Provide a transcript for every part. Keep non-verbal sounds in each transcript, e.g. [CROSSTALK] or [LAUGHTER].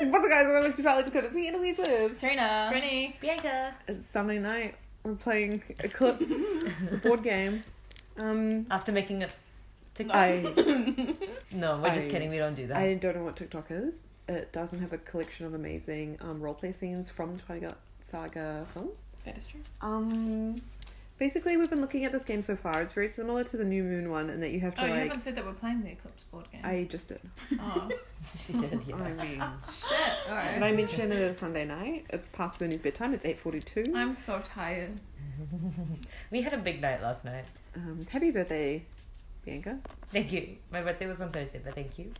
guys on the Weekly Spotlight Dakota. It's me, Annalise Wibbs. Serena. Brittany. Bianca. It's Sunday night. We're playing Eclipse, the board game. Um, After making a [LAUGHS] TikTok. I no, we're just I- kidding. We don't do that. I don't know what TikTok is. It doesn't have a collection of amazing um, roleplay scenes from Twilight Saga films. That is true. Um, basically, we've been looking at this game so far. It's very similar to the New Moon one, in that you have to Oh, you like. haven't said that we're playing the Eclipse board game. I just did. [LAUGHS] Oh, [LAUGHS] she did. Yeah. I [LAUGHS] mean, shit. All and I right. mentioned it is Sunday night. It's past Bernie's bedtime. It's eight forty-two. I'm so tired. [LAUGHS] we had a big night last night. Um, happy birthday, Bianca. Thank you. My birthday was on Thursday, but thank you.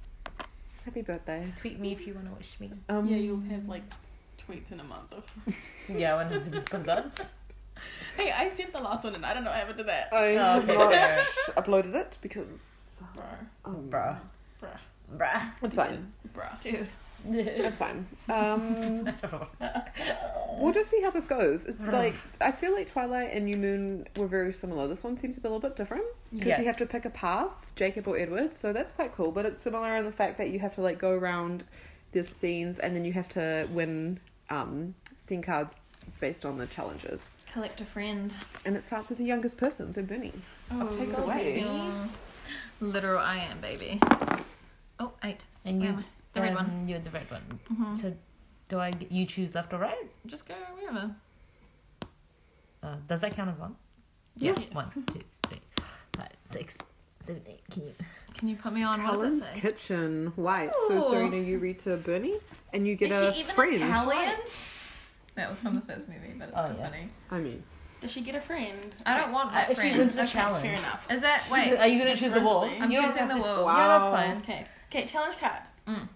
It's happy birthday. Tweet me if you want to wish me. Um, yeah, you'll have like tweets in a month or something. Yeah, when [LAUGHS] this comes on. Hey, I sent the last one and I don't know what happened to that. I Oh, have okay, not fair. uploaded it because Bro. um, Bruh. Bruh. Bruh. It's fine. Bruh. Dude. It's fine. Um, I [LAUGHS] don't know what- we'll just see how this goes. [SIGHS] It's like I feel like Twilight and New Moon were very similar. This one seems to be a little bit different because Yes. you have to pick a path, Jacob or Edward. So that's quite cool. But it's similar in the fact that you have to like go around these scenes and then you have to win um, scene cards based on the challenges. Collect a friend. And it starts with the youngest person, so Bernie. Oh, take away. Yeah. Literal I am, baby. Oh, eight. [LAUGHS] And you, Where am I? The red um, one. You're the red one. Mhm. So, do I? You choose left or right? Just go wherever. Uh, does that count as one? Yeah. One, two, three, five, six, seven, eight. Can you? Can you put me on? What does Cullen's it say? Kitchen. White. So Ooh. Serena, you read to Bernie, and you get a friend. That was from the first movie, but it's Oh, still yes. funny. I mean, Does she get a friend? I don't want Uh, that if she friend. wins the Okay, challenge. Fair enough. Is that wait? Are you gonna choose the wolves? I'm You don't choosing have the to- wolves. Yeah, that's Wow. fine. Okay. Okay, challenge card. Mm.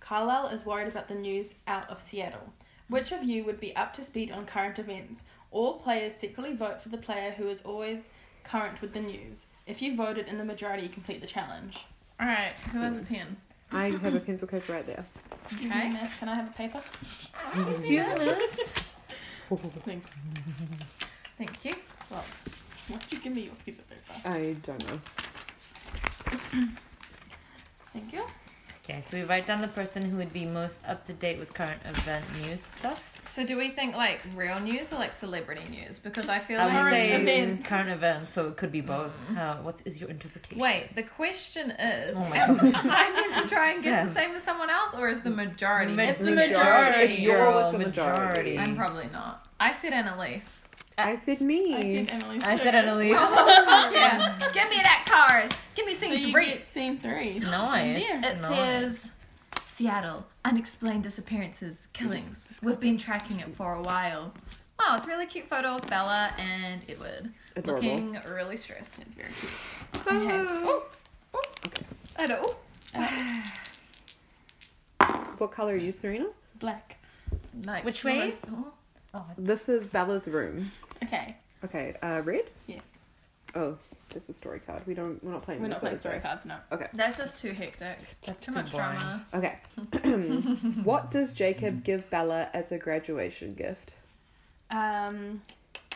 Carlisle is worried about the news out of Seattle. Which of you would be up to speed on current events? All players secretly vote for the player who is always current with the news. If you voted in the majority, you complete the challenge. All right. Who has a pen? I have a pencil case right there. Excuse Okay. me, miss, can I have a paper? Thanks. Thank you. Well, why'd you give me your piece of paper? I don't know. Thank you. Okay, so we write down the person who would be most up to date with current event news stuff. So do we think like real news or like celebrity news? Because I feel I would like Mm. Current say events. current events, so it could be both. Uh, what is your interpretation? wait. The question is, Oh my am [LAUGHS] I meant to try and guess Yeah. the same as someone else, or is the majority? Ma- It's the majority. majority. If you're Girl, with the majority. majority. I'm probably not. I said Annalise. I said me. I said Emily. I [LAUGHS] said [LAUGHS] Annalise. Fuck yeah. Give me that card. Give me So scene you three. get scene three. nice. It says Seattle unexplained disappearances, killings. We've been tracking it for a while. Wow, it's a really cute photo of Bella and Edward Adorable. Ah. looking really stressed. It's very cute. Oh, oh. I know. What color are you, Serena? Black. Like Which way? almost- oh, Oh, This is Bella's room. Okay. Okay, uh, red. Yes. Oh, just a story card. We don't. We're not playing. We're with not playing colors, story right? cards, no. That's just too hectic. That's too Too much boring. drama. Okay. what does Jacob give Bella as a graduation gift? Um,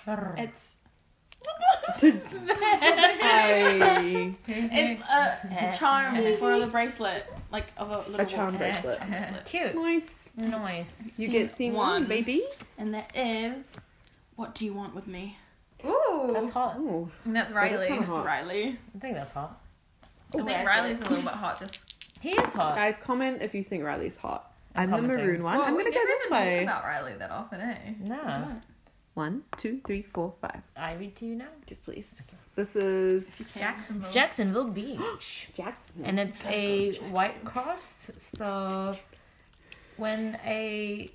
Brr. it's I... [LAUGHS] it's a charm for the bracelet, like of a little A charm watch. bracelet. [LAUGHS] Cute. Nice. Nice. You Scene get scene one, one. baby. And that is, what do you want with me? That's Ooh. hot. Oh, And that's That is Riley. kinda It's Hot. Riley. I think that's hot. I think Riley's a little bit hot. Just He is hot. guys, comment if you think Riley's hot. I'm, I'm the commenting. maroon one. [LAUGHS] Well, I'm we gonna go never this even talk way. About Riley that often, eh? No. One, two, three, four, five. I read to you now. Yes, please. This is Jacksonville. Jacksonville Beach. Jackson. and it's a white cross. So when a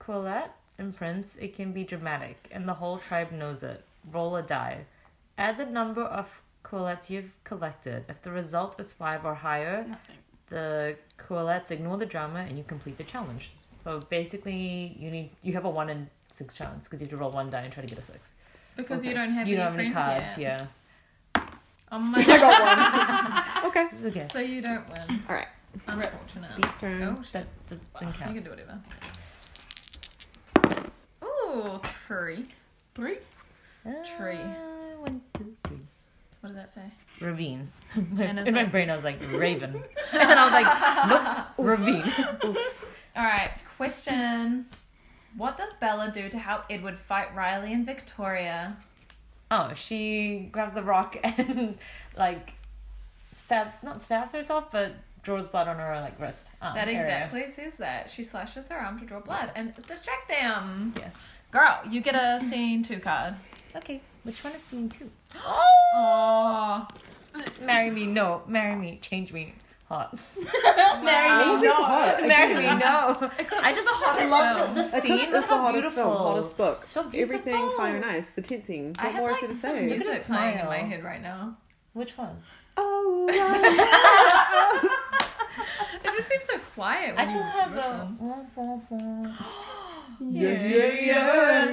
quillet imprints, it can be dramatic, and the whole tribe knows it. Roll a die. Add the number of quillets you've collected. If the result is five or higher, Nothing. the quillets ignore the drama and you complete the challenge. So basically, you need you have a one in six chance because you have to roll one die and try to get a six. Because you Okay. don't have you any don't have any friends cards. yet. Yeah. Oh my [LAUGHS] I got one. okay. Okay. [LAUGHS] So you don't win. All right. Unfortunate. Beast turn. Oh shit. That doesn't You count. can do whatever. Ooh, three. Three? Tree. Uh, one, two, three. What does that [LAUGHS] say? [LAUGHS] ravine. And it's In my like- [LAUGHS] [LAUGHS] brain, I was like raven, and I was like, nope, ravine. All right, question. What does Bella do to help Edward fight Riley and Victoria? Oh, she grabs the rock [LAUGHS] and like stab not stabs herself, but draws blood on her like wrist. Um, that area. exactly says that. She slashes her arm to draw blood and distract them. Yes. Girl, you get [LAUGHS] a scene two [GASPS] card. Okay. Which one is [LAUGHS] scene two? Oh, Marry me, no. Marry me, change me, [LAUGHS] hot. Marry All me. of these are no. hot. Marry me, again. no. Eclipse I is just the hottest I love film. the, the Eclipse scene. is the how hottest beautiful. film, hottest book. So beautiful. Everything fire and ice, the tensing. What I have more like is it to some say? music Look at her playing in my smile. head right now. Which one? Oh, wow. It just seems so quiet. When I still you have listen. the. yeah, yeah, yeah.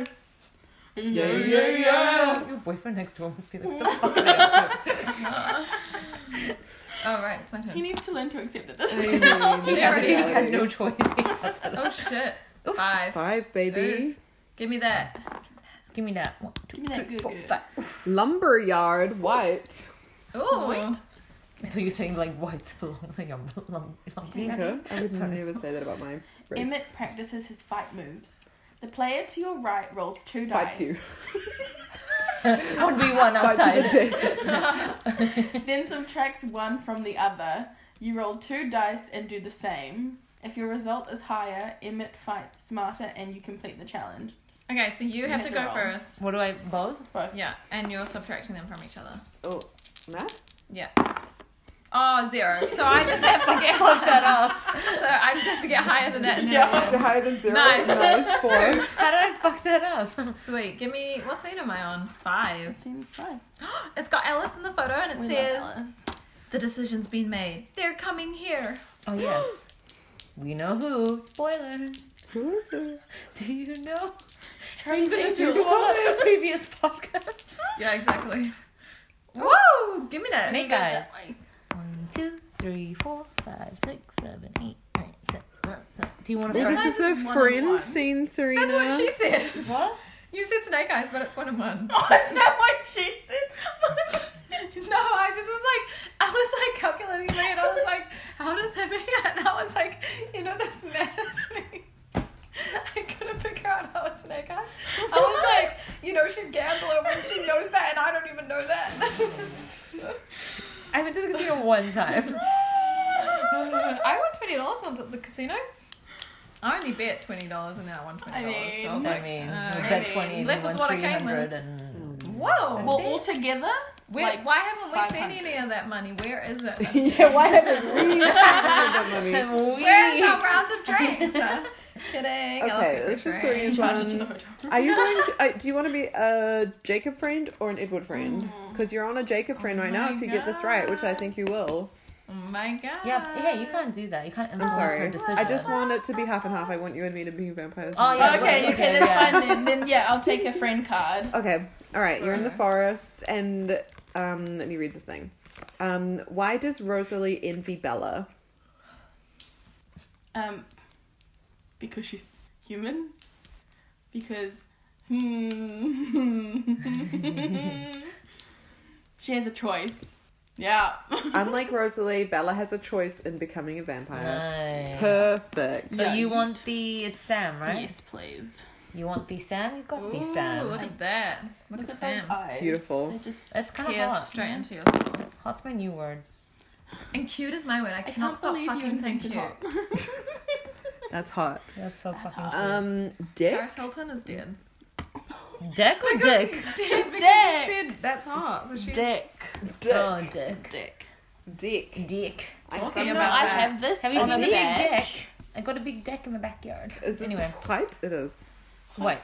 Yeah, yeah, yeah. Your boyfriend next door must be like, "What the fuck are they up to?" Oh right, it's my [LAUGHS] He turn. needs to learn to accept that [LAUGHS] this is I know, He Yeah. reality. already has no choice. [LAUGHS] Oh shit. Five. Five, baby. Give me that. Give me that. One, two, Give me that three, good four, good. five. Lumberyard, white. Ooh. So you're saying like white's belong [LAUGHS] like I'm lump, lumpy. Okay. [LAUGHS] I would Sorry. never say that about my race. Emmett practices his fight moves. The player to your right rolls two dice. Fights you. Would be one Fights you outside. to death. Then subtracts one from the other. You roll two dice and do the same. If your result is higher, Emmett fights smarter and you complete the challenge. Okay, so you, You have have to to go roll. first. What do I both? Both. Yeah, and you're subtracting them from each other. Oh, Matt? Yeah. Oh, zero. So I just have to get Fuck that up. So I just have to get higher than that. Yeah, now. higher than zero. Nice. nice. Four. How did I fuck that up? [LAUGHS] Sweet. Give me what scene am I on? Five. [GASPS] Seems fine. It's got Alice in the photo, and it We says love Alice. the decision's been made. They're coming here. Oh yes. We know who. Spoiler. Who is it? Do you know? Turns Things into you all in the previous podcast. Yeah, exactly. Woo! Give me that. Snake go eyes. that way. One, two, three, four, five, six, seven, eight, nine, ten. eleven, twelve. Do you want to Well, go? this is Mine is a one friend on one. scene, Serena. That's what she said. What? You said snake eyes, but it's one and one. [LAUGHS] Oh, is that what she said? [LAUGHS] No, I just was like, I was like calculating my head. I was like, how does it make it? [LAUGHS] And I was like, you know, that's math. [LAUGHS] I couldn't figure out how a snake eyes. I was like, you know, she's gambler when she knows that, and I don't even know [LAUGHS] that. I went to the casino one time. I won twenty dollars once at the casino. I only bet twenty dollars, and now I won twenty I dollars. so I was mean- [LAUGHS] I like, mean, uh, we okay. bet 20 Left and with won what I came 300 and... whoa. well, all together? Where, like why haven't we seen 500. any of that money? Where is it? [LAUGHS] yeah, why haven't we seen that movie? Where's our we... round of drinks? Uh, Kidding. I love Okay, people this is drink. I Serena's charged it to the one. hotel. Are you going to, uh, do you want to be a Jacob friend or an Edward friend? Because you're on a Jacob friend Oh right now my if you get this right, which I God. think you will. Oh my god. Yeah, yeah, you can't do that. You can't I'm influence Oh, her sorry. decision. I just want it to be half and half. I want you and me to be vampires. Oh, yeah, Okay, okay, okay, that's yeah. fine then. Then yeah, I'll take a friend card. Okay. All right. You're in the Right. forest, and um, let me read the thing. Um, why does Rosalie envy Bella? Um, because she's human. Because hmm, [LAUGHS] she has a choice. Yeah. Unlike Rosalie, Bella has a choice in becoming a vampire. Nice. Perfect. So Yeah. you want the it's Sam, right? Yes, please. You want the Sam? You got the Ooh, Sam. look at that. Look, Look at at those Sam. eyes. Beautiful. They're just. That's kind of Pierce hot. straight into your soul. Hot's my new word. And cute is my word. I, I cannot can't stop believe you fucking saying invented cute. hot. That's hot. That's so fucking. hot. Um, Dick. Paris Hilton is dead. cool. Dick or dick? Dead [LAUGHS] because you Dick. said that's hot. So she's Dick. Dick. Oh, dick. Dick. Dick. Dick. I'm Talking from- You know, about I that. have this. Have you on seen a the big bench. dick? I got a big dick in my backyard. Is this anyway, white? It is. white.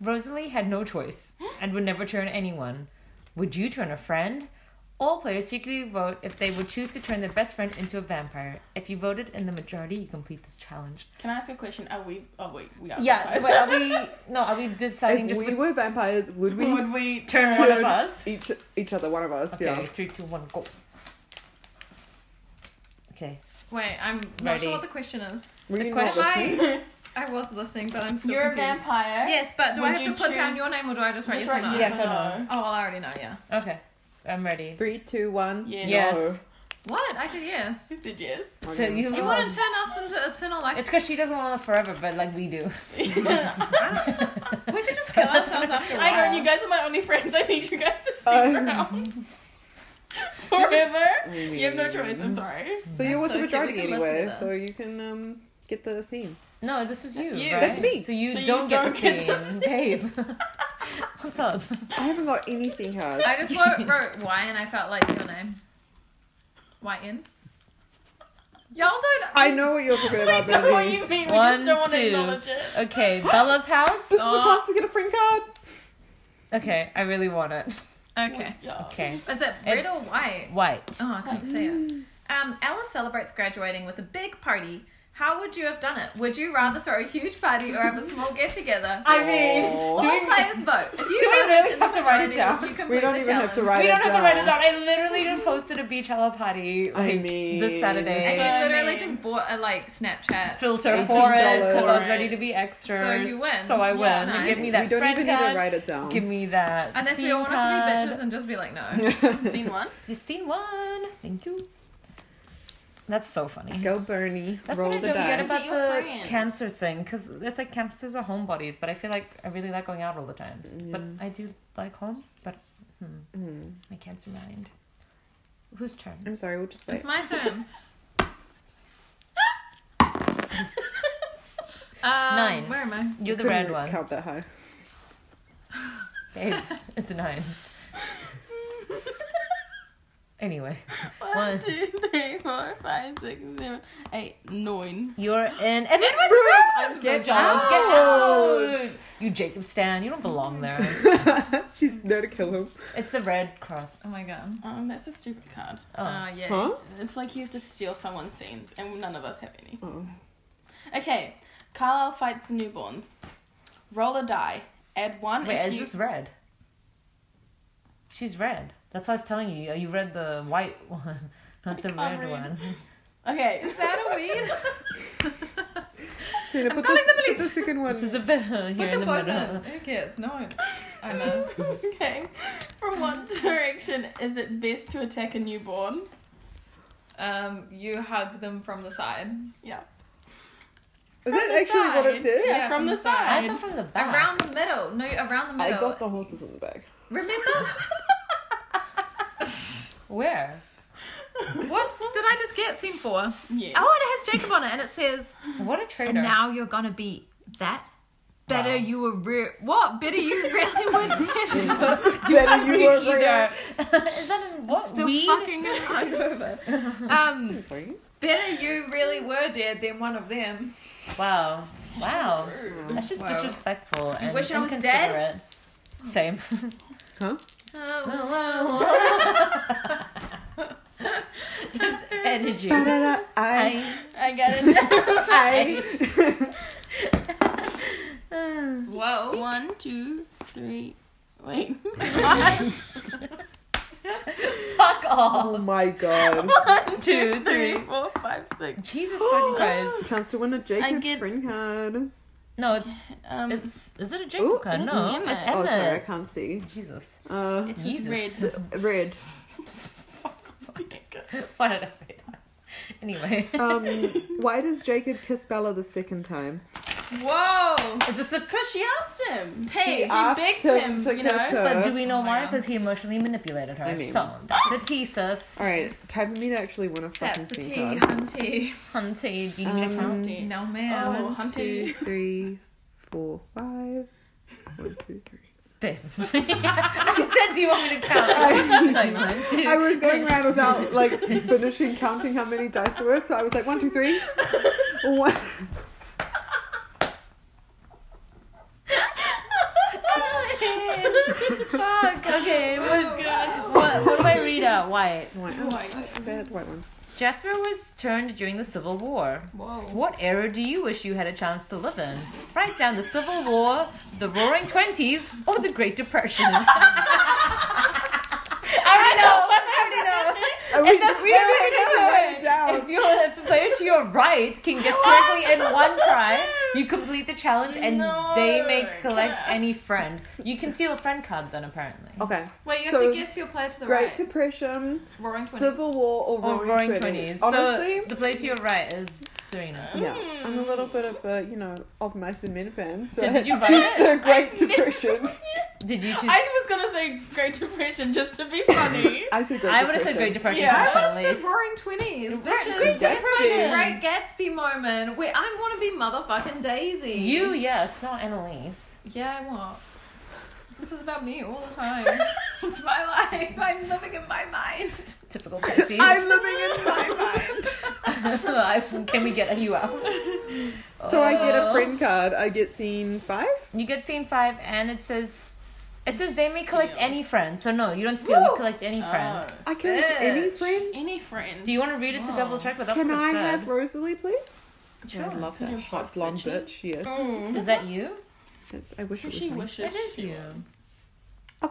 Rosalie had no choice and would never turn anyone. Would you turn a friend? All players secretly vote if they would choose to turn their best friend into a vampire. If you voted in the majority, you complete this challenge. Can I ask a question? Are we? Oh wait, we are. Yeah, vampires. but are we? No, are we deciding If just we with were vampires, would we Would we turn one of turn- us? each each other? One of us. Okay, Yeah. three, two, one, go. Okay. Wait, I'm not Ready. sure what the question is. Were The you not question- listening? I was listening, but I'm still You're a confused. vampire. Yes, but do Would I have to you put down choose- your name or do I just write Just yes or write no? yes. or no. Oh, well, I already know, yeah. Okay, I'm ready. Three, two, one. Yeah. Yes. What? I said yes. He said yes. So you, You want to turn us into eternal life? Um, It's because she doesn't want it forever, but like we do. [LAUGHS] Ah. we could just [LAUGHS] kill ourselves after a while. I know you guys are my only friends. I need you guys to figure out forever. You have no choice. I'm sorry. [LAUGHS] So you're with the So cute, we majority can live with anyway, them. so you can um, get the scene. No, this was you. That's you. right? That's me. So you So you don't get the don't get the scene, [LAUGHS] babe. What's up? I haven't got any scene cards. I just wrote, [LAUGHS] wrote Y and I felt like your name. YN? Y'all don't. I know what you're talking about, I know what Brandy. you mean. We One, just don't want two. to acknowledge it. Okay, Bella's house. Uh, This is the chance to get a friend card. Okay, I really want it. Okay. Yeah. Okay, Is it red or It's- Mm. white? white. Oh, I can't see it. Um, Ella celebrates graduating with a big party. How would you have done it? Would you rather throw a huge party or have a [LAUGHS] small get together? I mean, All Aw. do we- players vote. If you do we vote really in the have to write it majority, down? you complete we don't the even have to challenge. write we it don't have to write it down. down. I literally just hosted a Beachella party like, I mean- this And Saturday. you I literally mean- just bought a like Snapchat. Filter $18 for it because I was for ready it. to be extra. So you win. So I Yeah, win. nice. Give me We that don't friend even need card. to write it down. [LAUGHS] Give me that. Unless we scene all wanted card. to be bitches and just be like, no. Scene one. You seen one? Thank you. That's so funny. Go Bernie. That's Roll what I the don't get dice. about Your the friend. cancer thing, because it's like cancers are homebodies, but I feel like I really like going out all the time. But I do like home, but hmm, Mm. my cancer mind. Whose turn? I'm sorry, we'll just wait. It's [LAUGHS] my turn. um, Nine. Where am I? You're the Couldn't red one. Count that high. Babe, it's a nine. Anyway, One. One, two, three, four, five, six, seven, eight, nine. you're in Edward's Edward's room. room! I'm so Get jealous. Get out! out! You Jacob Stan, you don't belong there. [LAUGHS] She's there to kill him. it's the Red Cross. Oh my god. Um, that's a stupid card. Oh, Oh, yeah. Huh? It's like you have to steal someone's scenes, and none of us have any. Oh. Okay, Carlisle fights the newborns. Roll a die. Add one. wait, if is you- this red? She's red. That's what I was telling you. You read the white [LAUGHS] one, not the red can't read. one. Okay, Is that a [LAUGHS] weed? Serena, I'm put calling this, the put police. the second This is one. the bit [LAUGHS] here Put in the the buzzer. middle. Who cares? No. I know. [LAUGHS] okay. From what direction is it best to attack a newborn? Um, you hug them from the side. Yeah. Is that the actually what it side. said? Yeah, from the I side. thought from the back. Around the middle. No, around the I middle. got the horses in the back. Remember? [LAUGHS] Where? what did I just get seen for? Yes. Oh, and it has Jacob on it, and it says, What a traitor! "And [LAUGHS] now you're gonna be that." Better Wow. you were re- what? Better you really [LAUGHS] would. Then you were Either. [LAUGHS] is that in what? Still weed? fucking [LAUGHS] hungover. um, Sorry. better you really were dead than one of them. Wow. Wow. That's just Wow. disrespectful and wish I was inconsiderate. dead? Same. [LAUGHS] [LAUGHS] Huh? Oh, His [LAUGHS] energy. Ba-da-da, I, I- I got it. [LAUGHS] [LAUGHS] I. whoa. one, two, three. Wait. [LAUGHS] Fuck oh off. my [LAUGHS] god. One, two, three. four, five, six. Jesus fucking [GASPS] Christ. Chance to win a Jacob get- friend card. No, it's Um, it's, it's is it a Ooh, Jacob card? it's No, Emmett. it's Oh, sorry, I Emmett. can't see. Jesus. [LAUGHS] Uh, it's Jesus. red. red. Why did I say that? Anyway, Um, why does Jacob kiss Bella the second time? Whoa. is this the Because she asked him. She Hey, he asked begged him him, to you kiss know. her. But do we know why? Wow. Because he emotionally manipulated her. I mean- so that's a thesis. All right, time for me to actually win a fucking That's the scene tea, [LAUGHS] card. hunty. Hunter, do you need Um, a count? No man. Oh, One, two, hunty. three, four, five. One, two, three. [LAUGHS] [LAUGHS] Babe. [LAUGHS] I said, do you want me to count? [LAUGHS] I was [LAUGHS] like, "One, two." I was going around without like finishing counting how many dice there were, so I was like one, two, three. One. Fuck. Okay. What, God. what, what do I read out? White. White. Oh, White. they had white ones. Jasper was turned during the Civil War. Whoa. What era do you wish you had a chance to live in? Write down the Civil War, the Roaring Twenties, or the Great Depression. I already know. I already know. And [LAUGHS] we, And that's we where don't even we're need to write it going. down. If you're if the player to your right can guess correctly in one try, you complete the challenge and No. they may collect Can I- any friend. You can steal a friend card then apparently. Okay. Wait, you have So- to guess your player to the Great right. Depression, Roaring twenty. Civil War, or Or Roaring, roaring Twenties. twenties. Oh, Honestly, so mm. the player to your right is Serena. yeah. I'm a little bit of a, you know, of mice and men fan. So, So I did had [LAUGHS] you to buy choose it? the Great Depression. Did you choose? I was gonna say Great Depression just to be funny. I said Great I would have Depression. said Great Depression. Yeah, I I first, would have at said least. Roaring Twenties, Great- bitches. Great That's Gatsby. my Great Gatsby moment. Where I want to be motherfucking Daisy. You, yes, not Annalise. Yeah, I want. This is about me all the [LAUGHS] time. it's my life. I'm living in my mind. [LAUGHS] Typical Pisces. I'm living in my mind. [LAUGHS] I- Can we get you out? So I get a Oh. friend card. I get scene five. You get scene five, and it says, it says they may collect any friend. So no, you don't steal. You Woo! collect [LAUGHS] any Oh, friend. I can get Oh. any Bitch. friend. any friend. Do you want to read it to Wow. double check? But that's Can what it I said. have Rosalie, please? Yeah, I Sure. love that You hot hot blonde bitches. bitch. Yes, Is that you? That's, I wish it So was she me. wishes It is she you. was.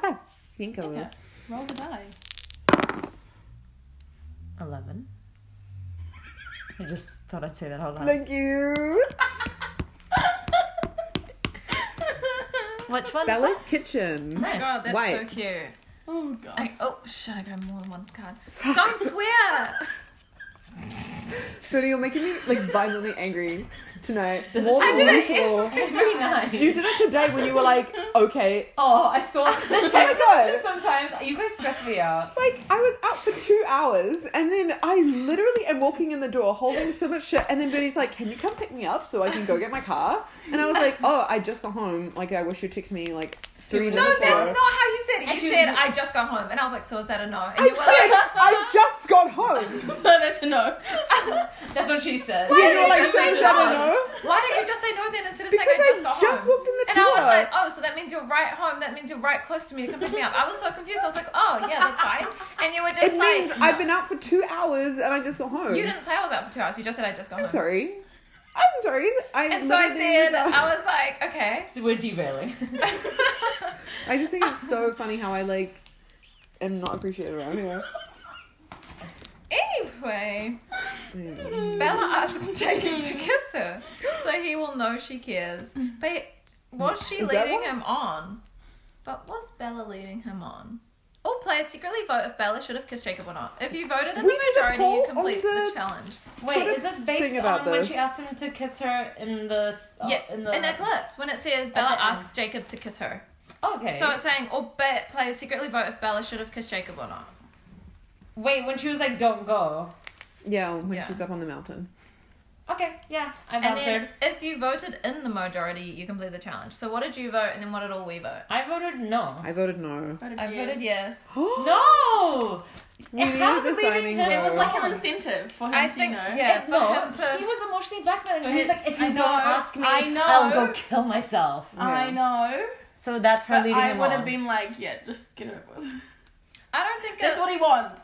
Okay, think I will. Yeah. Roll the die. Eleven. I just thought I'd say that. Hold on. Thank you. Which one? is Bella's that? kitchen. Nice. Oh God, that's White. so cute. Oh god. [LAUGHS] I, oh, shit, I got more than one card. Don't swear! [LAUGHS] Tony, you're making me like violently angry tonight. Does it- More I than do that usual. Every night. You did it today when you were like, okay, oh, [LAUGHS] I saw the Oh my God. text sometimes. You guys stress me out. like I was out for two hours, and then I literally am walking in the door holding so much shit, and then Bertie's like, "Can you come pick me up so I can go get my car?" And I was like, "Oh, I just got home. Like I wish you text me like three No, No, minutes that's ago." not how you said it. You Actually, said, you- I just got home. And I was like, so is that a no? And I you were like, said I just got home. so that's a no. That's what she said. Yeah, you were did like, you "So say is that a no?" no?" "Oh, why don't you just say no then instead of Because I saying I just got just home? walked in the And I door. was like, oh, so that means you're right home. That means you're right close to me to come pick me up. I was so confused. I was like, oh, yeah, that's fine. And you were just [LAUGHS] it like, means I've been out for two hours and I just got home. you didn't say I was out for two hours. You just said I just got I'm home. sorry. I'm sorry. I And so I literally said, was out- I was like, okay. So we're [LAUGHS] derailing. I just think it's so funny how I like am not appreciated around here. Anyway, Anyway. Bella asked Jacob to kiss her so he will know she cares. But was she Is that leading why? him on? But was Bella leading him on? All players secretly vote if Bella should have kissed Jacob or not. If you voted in We the did a majority, poll you on complete the, the- challenge. Wait, What a is this thing based about on when this. she asked him to kiss her in the s- uh, yes, in in, the Eclipse, when it says Bella the end. asked Jacob to kiss her. okay. So it's saying all ba- players secretly vote if Bella should have kissed Jacob or not. wait, when she was like, "Don't go." Yeah, when Yeah. she's up on the mountain. Okay, yeah, I've And answered. then if you voted in the majority, you complete the challenge. So what did you vote and then what did all we vote? I voted no. I voted no. [GASPS] I voted yes. No, we how's needed the it leading signing him? though. It was like an incentive for him I to think, know. yeah, It- for no. him to He was emotionally blackmailing her. He was like, "If you I don't know, ask me, I know. I'll go kill myself." I know. So that's her But leading I him would have on. been like, yeah, just get it over. with. I don't think That's it, what he wants.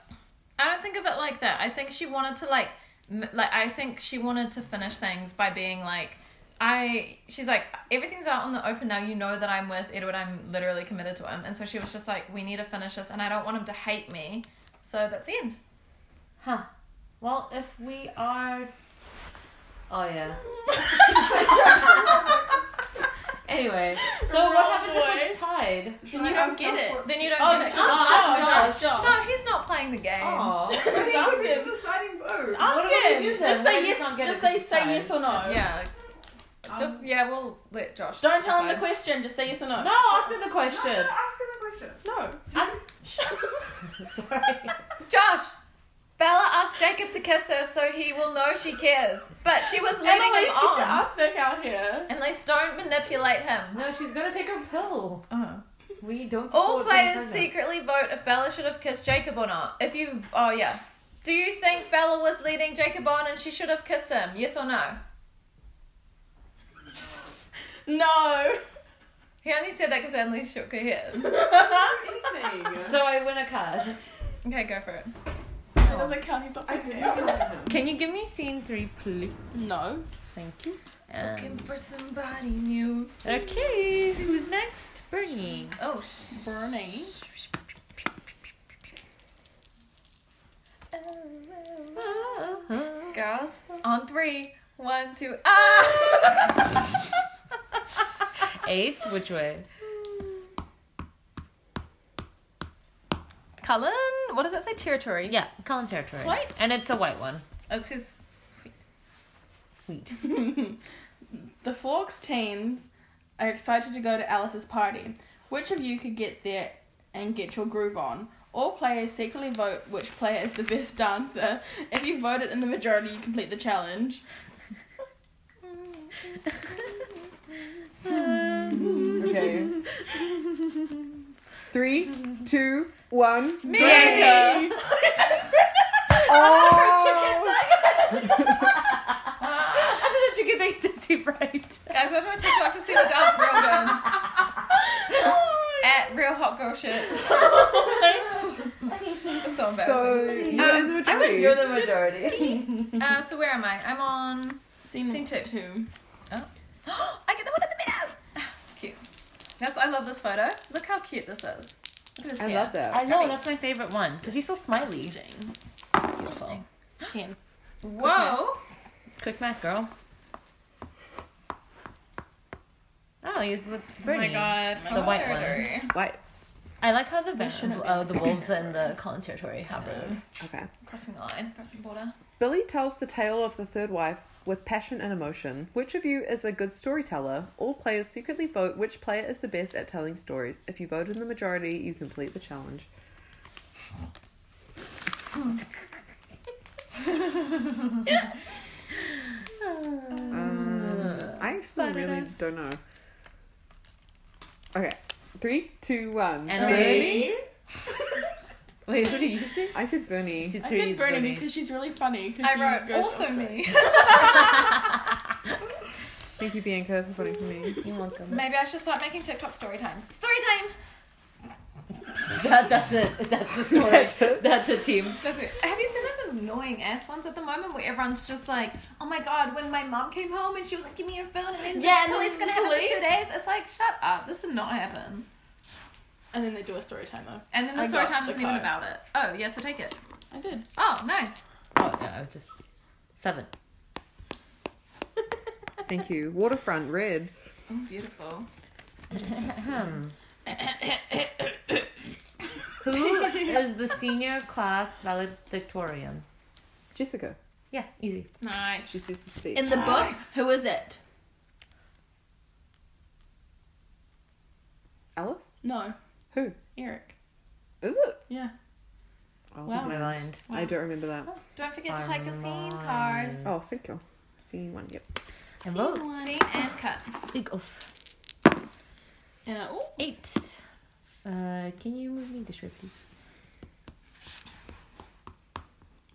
I don't think of it like that. I think she wanted to like m- like I think she wanted to finish things by being like I she's like everything's out on the open now. You know that I'm with Edward. I'm literally committed to him. And so she was just like we need to finish this and I don't want him to hate me. So that's the end. Huh. Well, if we are. Oh, [LAUGHS] yeah. anyway, so Wrong what happens boy. if it's tied? You don't get it. [LAUGHS] Then you don't Oh, get it. that's Oh, Josh. Josh. Oh. No, he's not playing the game. [LAUGHS] Aw. Ask him. the signing vote. Ask What do we him. do then? Just Why say does yes. not get Just it say this say time? yes or no. Yeah. like, Um, just yeah, we'll let Josh. Don't tell him the decide. question. Just say yes or no. No, ask her the [LAUGHS] question. question. No. Ask... [LAUGHS] Sorry. Josh. Bella asked Jacob to kiss her so he will know she cares. But she was leading Annalise, him get your um, on. ass back out here. At least don't manipulate him. No, she's gonna take her pill. Oh. We don't support All being players pregnant. secretly vote if Bella should have kissed Jacob or not. If you, oh yeah. Do you think Bella was leading Jacob on and she should have kissed him? Yes or no? No. He only said that because Emily shook her head. [LAUGHS] So I win a card. Okay, go for it. That doesn't count. He's not pregnant. Can you give me scene three, please? No. Thank you. Um, Looking for somebody new. okay, who's next? Bernie. Oh, sh- Bernie. oh Uh-huh. Girls, on three, one, two, ah! Eight, which way? [LAUGHS] Cullen, what does that say? Territory. Yeah, Cullen territory. White? And it's a white [LAUGHS] one. That's his. Wheat. [LAUGHS] The Forks teens are excited to go to Alice's party. Which of you could get there and get your groove on? All players secretly vote which player is the best dancer. If you voted in the majority, you complete the challenge. Okay. [LAUGHS] Three, two, one. Me. Greta. [LAUGHS] oh. How did you get the identity right? Guys, go to my TikTok to see the dance program. At Real Hot Girl Shit. That's so So embarrassing. you're Um, in the I would, majority. you're the majority. Uh, so where am I? I'm on. [GASPS] Scene, Scene two. two. [GASPS] I get the one in the middle. [SIGHS] Cute. That's. I love this photo. Look how cute this is. Look at his I hair. love that. I know, that's my favorite one. Because he's so smiley. Jane. Beautiful. Ten. Whoa. Quick math, girl. Oh, he's with Brittany. god. It's a white one. Territory. Why? I like how the They vo- shouldn't be uh, in the the wolves and the Colin territory have a Okay. Crossing the line. Crossing the border. Billy tells the tale of the third wife with passion and emotion. Which of you is a good storyteller? All players secretly vote which player is the best at telling stories. If you vote in the majority, you complete the challenge. Um, I actually really don't know. Okay, three, two, one. Annalise. Wait, what did you say? I said Bernie. I said Bernie because she's really funny. 'cause she I wrote goes also off it. me. [LAUGHS] Thank you, Bianca, for voting for me. You're welcome. Maybe I should start making TikTok story times. Story time. That, that's it. That's the story. That's that's, it. a team. That's it. Have you seen those annoying ass ones at the moment where everyone's just like, oh my god, when my mom came home and she was like, give me your phone and then yeah, Yeah, the and police then gonna happen police. for two days? It's like, shut up. This did not happen. And then they do a story time though. And then the I story got time the isn't even card. about it. Oh, yeah, so take it. I did. Oh, nice. Oh, yeah, I just. Seven. Thank you. Waterfront, red. Oh, beautiful. Ahem. [COUGHS] Who is the senior class valedictorian? Jessica. Yeah, easy. Nice. She says the speech. In the Nice. books, who is it? Alice? No, Who? Eric. Is it? Yeah. Oh, Wow. My mind. I don't remember that. Don't forget to My take your scene mind. card. Oh, thank you. See one. Yep. And vote. Scene and cut. Big oof. And uh, ooh, Eight. Uh, can you move me this way, please?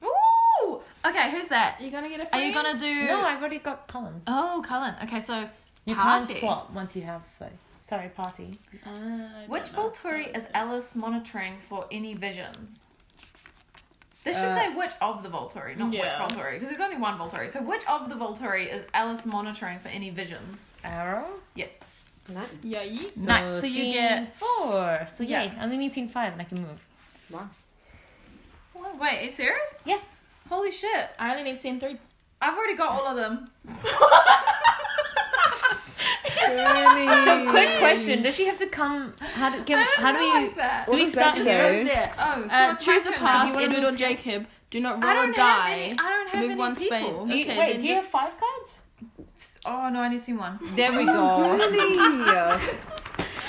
Ooh! Okay, who's that? you're gonna get a. Are you gonna friend? do. No, I've already got Colin. Oh, Cullen. Okay, so You Party. can't swap once you have. Like, sorry, party. Uh, I Which don't know. Volturi Uh, is Alice monitoring for any visions? This should Uh, say which of the Volturi, not Yeah. which Volturi, because there's only one Volturi. So which of the Volturi is Alice monitoring for any visions? Arrow. Yes. Nice. Yeah, you. Nice, so you scene get- four. So Yeah. yay! I only need scene five, and I can move. Wow. Wait, are you serious? Yeah. Holy shit! I only need scene three. I've already got all of them. [LAUGHS] [LAUGHS] So quick question: Does she have to come? How do give, I didn't How do realize we? that. Do we does that say? start here? Okay. Who's [LAUGHS] there? Oh, so Uh, it's my choose a turn path, now. wanna Edward or move your- Jacob. Do not I roll or don't have any. die. I don't have Move any one people. space. Do you, Okay, wait, then do you have just- five cards? Oh no, I need to see one. There we [LAUGHS] go. Really? Because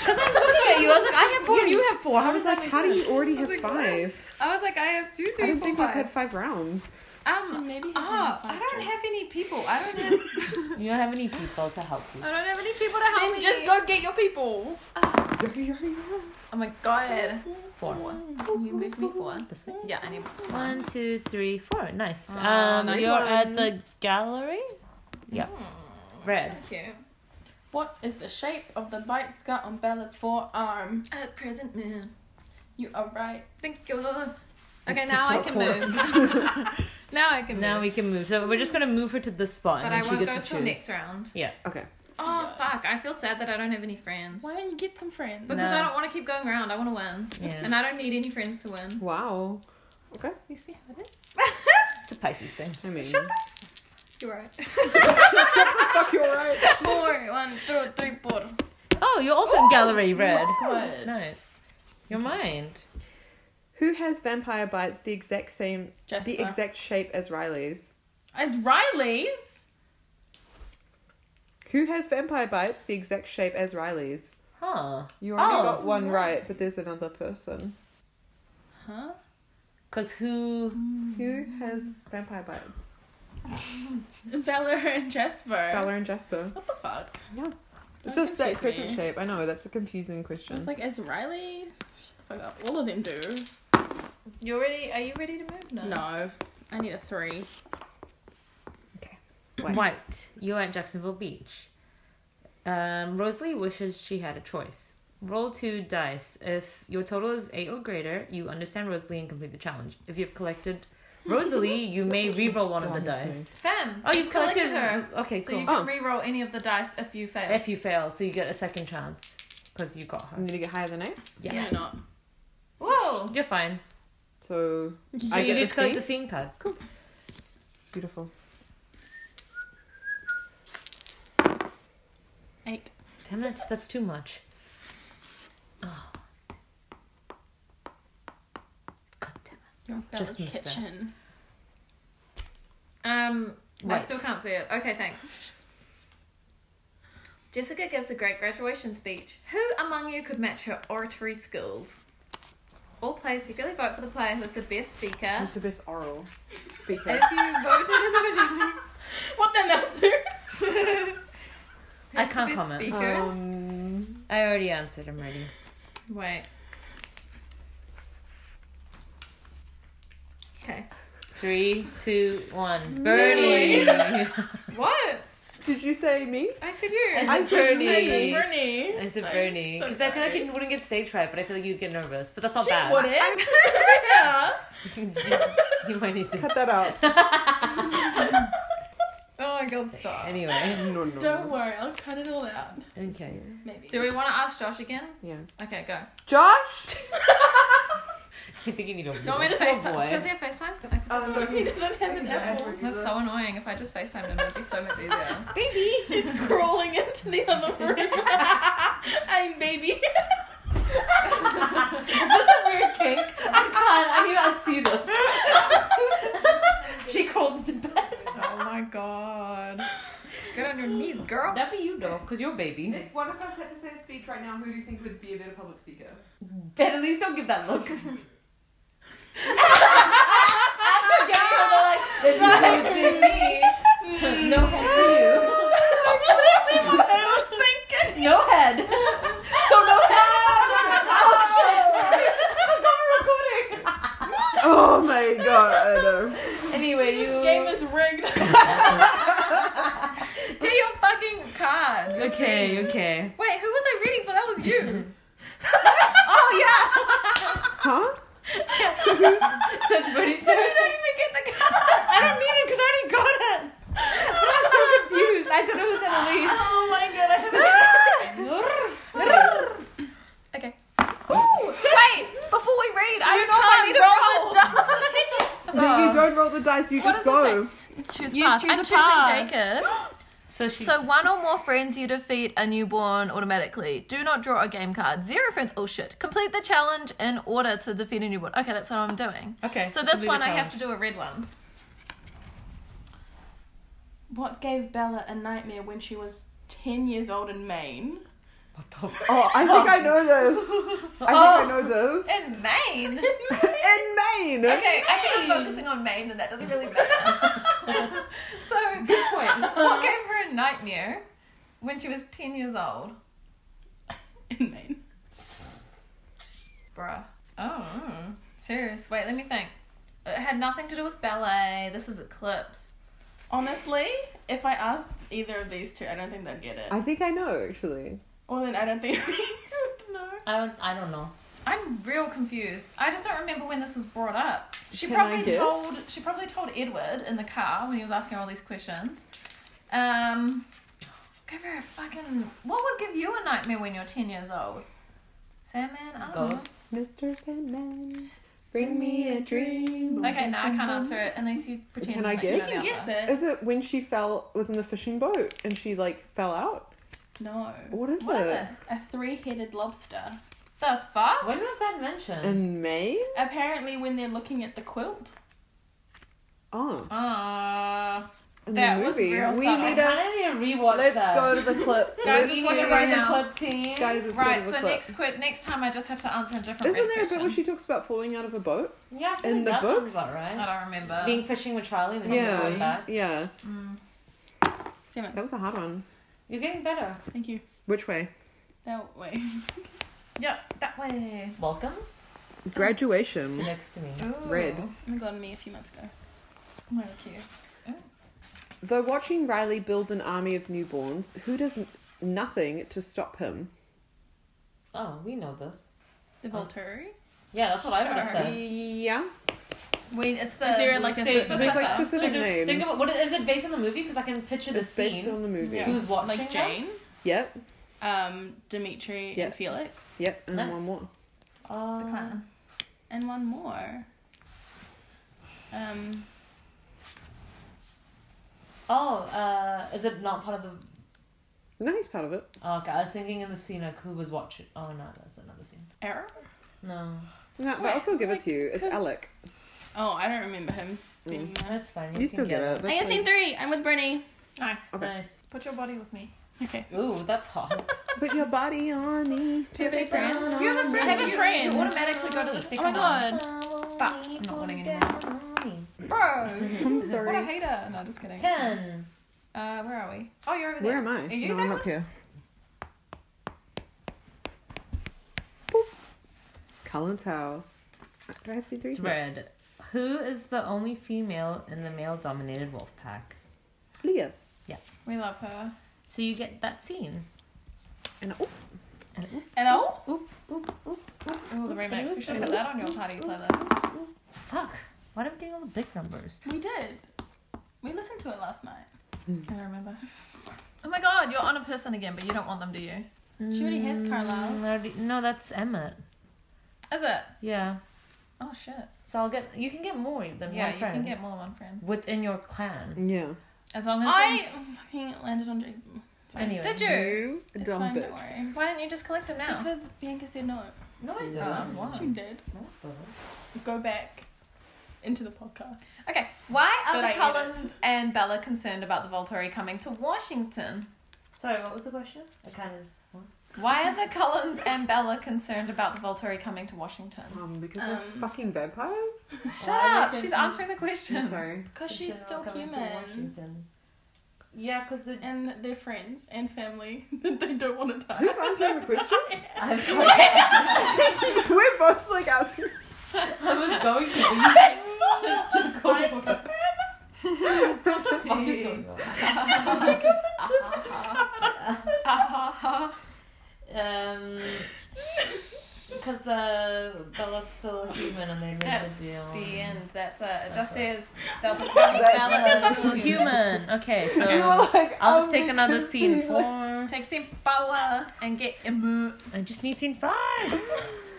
I was looking at you, I was like, I have four, you, have four. I was like, how do you already have five? I was like, I have two, I three, don't four, think I've five. had five rounds. She Um. maybe has Ah, only I five don't drinks. have any people. I don't have. You don't have any people to help you. I don't have any people to help Then me. just go get your people. Oh my god. Four. Can you move me forward? This way. Yeah, I need one. One, two, three, four. Nice. Ah, um, nice you're at one. the gallery. Yeah. Red. Hmm. Thank you. What is the shape of the bite scar on Bella's forearm? A crescent moon. You are right. Thank you. Okay, It's now I TikTok can horse. move. now I can move. Now we can move. So we're just gonna move her to this spot, but and I then she won't gets go to till choose. next round. [LAUGHS] Okay. Oh God. fuck! I feel sad that I don't have any friends. Why don't you get some friends? Because No. I don't want to keep going round. I want to win, Yeah. and I don't need any friends to win. Wow. You see how it is? It's a Pisces thing. I mean, You're [LAUGHS] right. fuck, you're right. Four, one, two, three, four. Oh, you're also in gallery red. Good. Nice. Your mind. Who has vampire bites the exact same, the Jasper. exact shape as Riley's? It's Riley's. Who has vampire bites the exact shape as Riley's? Huh. You already Oh. got one right, but there's another person. Huh? [LAUGHS] Because who? Who has vampire bites? Bella and Jasper. Bella and Jasper. What the fuck? No. It's Don't just that confuse crescent me. shape. I know, that's a confusing It's question. like, it's Riley. Shut the fuck up. All of them do. You're ready? Are you ready to move? No. I need a three. White. White. You're at Jacksonville Beach. Um, Rosalie wishes she had a choice. Roll two dice. If your total is eight or greater, you understand Rosalie and complete the challenge. If you've collected [LAUGHS] Rosalie, you may re-roll one of the dumb thing. dice. Fem. Oh, you've collected, her. Okay, So you cool. Oh. can re-roll any of the dice if you fail. If you fail, so you get a second chance because you got I'm her. gonna get higher than eight. Yeah, No, not. Whoa. you're fine. So So I you get just the collect scene? the scene card. beautiful. Eight. Damn it, that's too much. Oh. God damn You're in Bella's Just missed it. kitchen. Um, I Right. still can't see it. Okay, thanks. Jessica gives a great graduation speech. Who among you could match her oratory skills? All players secretly vote for the player who is the best speaker. It's the best oral And speaker. if you voted in the majority, what the nuts do? I can't comment. Speaker? Oh, um, it. I already answered, I'm ready. Wait. Okay. Three, two, one. [LAUGHS] Bernie! What? did you say me? I said you. I I said said Bernie. Bernie. I said I'm Bernie. so Because I feel like she sorry. wouldn't get stage fright, but I feel like you'd get nervous. But that's not She bad. wouldn't. [LAUGHS] yeah. [LAUGHS] you, you might need to. [LAUGHS] Cut that out. [LAUGHS] Oh my god, stop. Anyway. no, no. Don't no. worry, I'll cut it all out. Okay. Maybe. [LAUGHS] Do we want to ask Josh again? Yeah. Okay, go. Josh. I think you need a Do you want me to Oh, boy. FaceTime? Does he have FaceTime? I could just- [LAUGHS] he doesn't have an apple. That's so annoying. If I just FaceTimed him, it'd be so much easier. [LAUGHS] Baby! She's crawling into the other [LAUGHS] room. I'm baby. Is this a weird kink? I can't. I cannot see this. she [LAUGHS] crawled to bed. Oh my god. Get on your [LAUGHS] knees, girl. That'd be you though, because you're a baby. If one of us had to say a speech right now, who do you think would be a better public speaker? Better at least don't give that [LAUGHS] look. After getting her, they're like, "There's no hope in me. No head for you. I was thinking. No head. So no head. Oh, shit, sorry. I got a recording. Oh my god. [LAUGHS] Anyway, you. is rigged. Get your fucking card. Okay, okay. Wait, who was I reading for? That was [LAUGHS] you. Huh? So it's pretty So soon. you don't even get the card. I don't need it because I already got it. But I'm so confused. I thought it was Annalise. Oh my god, I Okay. Wait, before we read, I don't know if I need to roll. [LAUGHS] Then you don't roll the dice, you What just does it go. Choose You path. choose I'm a choosing path. [GASPS] Jacob. So she. So one or more friends you defeat are newborn automatically. Do not draw a game card. Zero friends. Oh shit. Complete the challenge in order to defeat a newborn. Okay, that's what I'm doing. okay. So this complete one the I have challenge. to do a red one. What gave Bella a nightmare when she was 10 years old in Maine? What the f- Oh, I think I know this. I think I know this. [LAUGHS] In In Maine. Maine. Oh. Okay, I think I'm focusing on Maine, and that doesn't really matter. [LAUGHS] so Good point. what gave her a nightmare when she was ten years old? [LAUGHS] In Maine. Bruh. Oh. Serious. Wait, let me think. It had nothing to do with ballet. This is Eclipse. Honestly, if I asked either of these two, I don't think they'd get it. I think I know actually. Well, then I don't think [LAUGHS] we would know. I don't. I don't know. I'm real confused. I just don't remember when this was brought up. She Can I probably guess? told she probably told Edward in the car when he was asking all these questions. Um give her a fucking what would give you a Uh-huh. nightmare when you're ten years old? Sandman, I don't know. Ghost. Mr. Sandman. Bring me a dream. Okay, now I can't answer it unless you pretend. Can I that you know guess? the You answer. guess it. Is it when she fell? Was in the fishing boat and she like fell out? No. What is What it? is it? A three headed lobster. The fuck? When was that mentioned? In May? Apparently, when they're looking at the quilt. Oh, Uh, in That the was movie. real we subtle. need a. I need to rewatch Let's that. go to the clip. [LAUGHS] Guys, Let's we can You watch see- watch it it right right in the now. clip team. Guys, it's right. Sort of a So clip. next que- next time I just have to answer a different. Isn't there a bit question. where she talks about falling out of a boat? yeah, I feel in like the that sounds books? about I right. don't remember. Being fishing with Charlie and then yeah, going back. yeah. Mm. Damn it. That was a hard one. You're getting better. Thank you. Oh, Which [LAUGHS] way? That way. Yeah, that way. Welcome Graduation. next to me. Ooh. Red. I got me a few months ago. Oh, cute. Though watching Riley build an army of newborns, who does n- nothing to stop him? Oh, we know this. The Oh. Volturi. Yeah, that's what I would have said. Yeah. We. It's the. Is there, like, a say- specific- There's like specific- specific Is it- names. Think about what is it based on the movie? Because I can picture the it's based scene. on the movie. Yeah. Who's watching? Like Jane, Yep, um, Dimitri, Yeah. and Felix. yep, and Nice. one more. Them? Uh, the clan. And one more. Um, Oh, uh, is it not part of the? No, he's part of it. Oh, okay, I was thinking in the scene like who was watching. Oh no, that's another scene. Error? No, No, but Wait, I'll still give it like, to you. It's 'cause- Alec. Oh, I don't remember him being Mm. there. that's fine. You, still can get it. I that's got scene fine. three. I'm with Brittany. Nice. Okay. Nice. Put your body with me. Okay. Ooh, that's hot. Put your body on me. Perfect friends. friends. You have a friend. I have a you- friend. You automatically go to the second Oh my god. Fuck. I'm not winning anymore. one. [LAUGHS] Bro. I'm What a sorry. hater. No, just kidding. Ten. Uh, where are we? Oh, you're over there. Where am I? Are you No, that I'm one? up here. Boop. Cullen's house. Do I have scene three? It's red. Who is the only female in the male-dominated wolf pack? Leah. We love her. So you get that scene. And oh, And oh, Oop, oop, oop. Oh, the remix. We should put that on your party playlist. Fuck. Why am I getting all the big numbers? we did. We listened to it last night. Hmm. I don't remember. Oh my god, you're on a person again, but you don't want them, do you? She already has Carlisle. Mm, I already- no, that's Emmett. Is it? Yeah. Oh shit. So I'll get. You can get more than Yeah, one you friend can get more than one friend. within your clan. yeah. As long as I fucking landed on Jake. Anyway. Did you? You It's dumb fine, don't bitch. worry. Why didn't you just collect them now? Because Bianca said no. No, I didn't. Um, What She did. the heck? Go back into the podcast. Okay. Why are But I the ate Cullens and Bella concerned about the Volturi coming to Washington? Sorry, what was the question? I kind of. Why are the Cullens and Bella concerned about the Volturi coming to Washington? Um, because they're Um, fucking [LAUGHS] vampires. Shut up! She's answering the question. sorry. Because she's still human. Yeah, because [LAUGHS] the. [LAUGHS] And they're friends and family [LAUGHS] that they don't want to die. Who's [LAUGHS] answering the question? [LAUGHS] I was We're both like answering. going to leave just to go. what the [LAUGHS] fuck is going on? [LAUGHS] Um, because uh, Bella's still a human and they made That's the deal. [LAUGHS] The [LAUGHS] end. That's it. It just That's it. says they'll [LAUGHS] discover Bella Bella's is still human. Okay, [LAUGHS] so We were like, I'll um, just [LAUGHS] take another because scene we- four. Take some power and get emu. I just need scene five.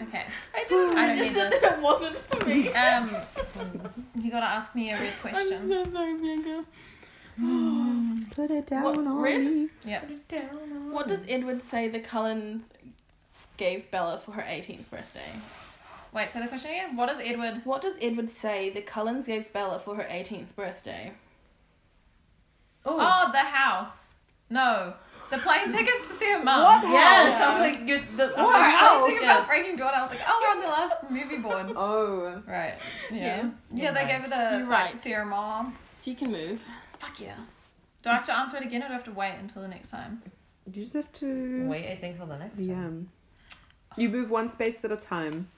Okay. I just, I don't just need said [LAUGHS] this. that it wasn't for me. Um, you gotta ask me a red I'm question. so sorry, Bianca. Put it down What, on red? me. Yep. What does Edward say the Cullens gave Bella for her 18th birthday? Wait. Say the question again. What is Edward? What does Edward say the Cullens gave Bella for her 18th birthday? Oh, the house. No, the plane [LAUGHS] tickets to see her mum. What Yes, house? I was like, you the. I was Sorry, like, I was oh, thinking yeah. about Breaking Dawn. I was like, oh, we're on the last movie [LAUGHS] board. Oh. Right. Yeah. Yes. Yeah, they You're gave her the You're right. right. to see her mom. So you can move. Fuck yeah. Do I have to answer it again, or do I have to wait until the next time? You just have to. Wait, I think for the next. The one. um. You move one space at a time.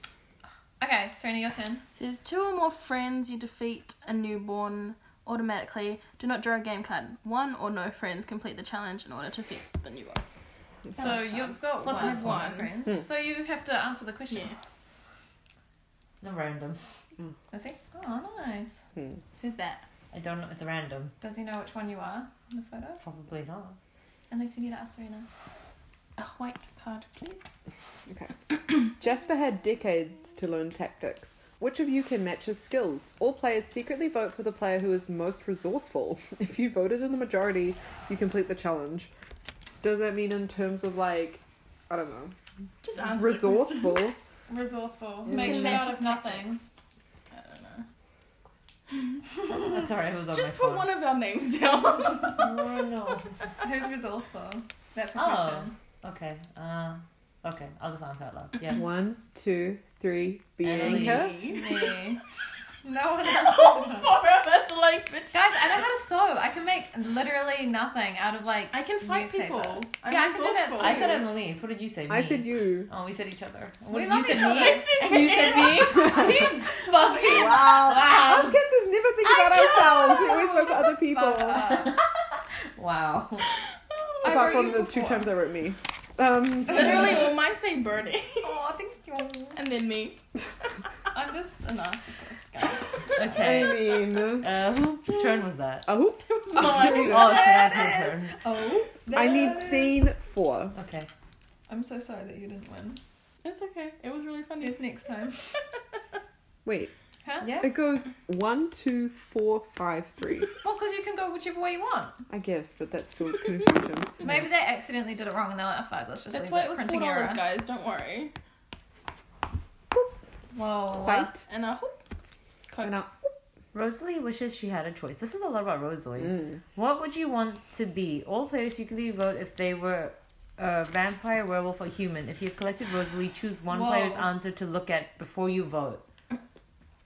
Okay, Serena, your turn. There's two or more friends you defeat a newborn automatically. Do not draw a game card. One or no friends complete the challenge in order to defeat the newborn. So you've got What one, the one, fuck? friend. Hmm. So you have to answer the question. Yes. No random. Does he? Oh, nice. Hmm. Who's that? I don't know. It's random. Does he know which one you are in the photo? Probably not. Unless you need to ask Serena. A white card, please. Okay. Jasper had decades to learn tactics. Which of you can match his skills? All players secretly vote for the player who is most resourceful. [LAUGHS] If you voted in the majority, you complete the challenge. Does that mean in terms of like, I don't know, Just answer. the resourceful? question. Resourceful. Yeah. Make sure Match out his of nothing. tactics. I don't know. Oh, sorry, it was on my Just put phone. one of our names [LAUGHS] down. Oh, no. Who's resourceful? That's the Oh. question. Okay. Uh, okay. I'll just answer out loud. [LAUGHS] [LAUGHS] Yeah. One, two, three. Bianca. Annalise. Me. No [LAUGHS] one Four of us like bitch. Guys, I know how to sew. I can make literally nothing out of like. I can fight Newspaper. people. I'm Yeah, I can do that resourceful. too. I said Annalise. What did you say? I Me. [LAUGHS] said you. [LAUGHS] Oh, we said each other. We What love you said each me? other. [LAUGHS] And you said me. These fucking. Wow. Wow. Us kids just never think about ourselves. We always vote for other people. Uh, Wow. I Apart wrote from you the two before. times I wrote me. [LAUGHS] Um, Literally, all mine say Bernie, [LAUGHS] Oh, I think and then me. I'm just a narcissist, guys. I Okay. mean, Uh, whose turn was that? [LAUGHS] I hope. It was [LAUGHS] Oh, mine. sorry. Oh, it's Nat's turn. Oh. I need scene four. Okay. I'm so sorry that you didn't win. It's okay. It was really funny. Here's next time. Wait, Yeah. it goes one, two, four, five, three. Well, because you can go whichever way you want. I guess, but that's still confusion. Maybe they accidentally did it wrong and they're like, oh, fuck, let's just That's leave why it. it was four Printing dollars, error. guys. Don't worry. Whoa. Quite. And I hope. Cokes. And I, Rosalie wishes she had a choice. This is a lot about Rosalie. Mm. What would you want to be? All players secretly vote if they were a vampire, werewolf, or human. If you've collected Rosalie, choose one Whoa. player's answer to look at before you vote.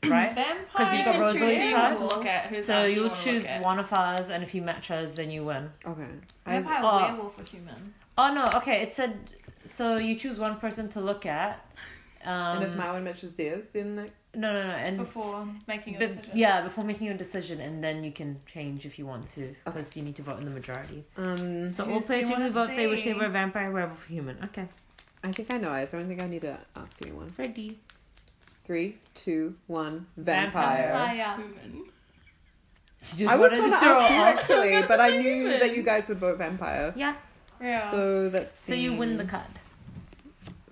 Right? Vampire. you've got You can choose Rosalie who you card. want to look at. Whose so answer you you'll want to choose look at. one of us, and if you match us, then you win. okay. I, Vampire, Oh. werewolf, or human. Oh no, okay, it said so you choose one person to look at. Um, and if my one matches theirs, then like, no, no, no, and Before making a be- decision. yeah, before making your decision, and then you can change if you want to, because you need to vote in the majority. um, So Who's all do players you who wanna vote, they wish they see? were vampire, werewolf, human. Okay, I think I know. I don't think I need to ask anyone. ready. Three, two, one. Vampire. Vampire. Vampire. Human. She just I was wanted gonna to throw ask you off. [LAUGHS] actually, but I knew human. that you guys would vote vampire. Yeah, Yeah. So that's so you win the card.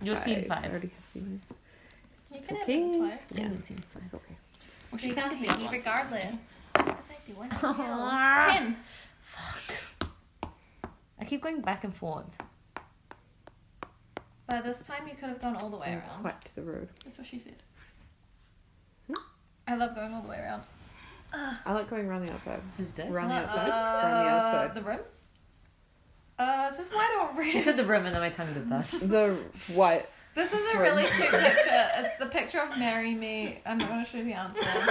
You're scene I five. already have seen You can have it Okay. twice. Yeah. You're scene five. It's okay. [LAUGHS] Well, You she can can't be be on regardless. What the [LAUGHS] hell? Aw. Ten. I keep going back and forth. By this time, you could have gone all the way I'm around. quite to the road. That's what she said. I love going all the way around. I like going around the outside. Who's dead? Around the Uh, outside. Around the outside. The rim? Uh, is this wide or She red? said the rim, and then my tongue did that. The [GASPS] white. This is a [LAUGHS] really cute picture. It's the picture of Marry Me. I'm not going to show you the [LAUGHS] answer. Um,